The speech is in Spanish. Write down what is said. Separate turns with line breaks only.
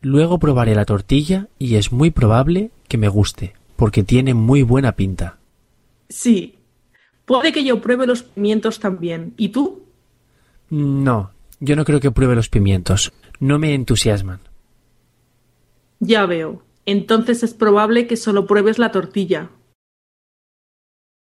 Luego probaré la tortilla y es muy probable que me guste, porque tiene muy buena pinta.
Sí. Puede que yo pruebe los pimientos también. ¿Y tú?
No, yo no creo que pruebe los pimientos. No me entusiasman.
Ya veo. Entonces es probable que solo pruebes la tortilla.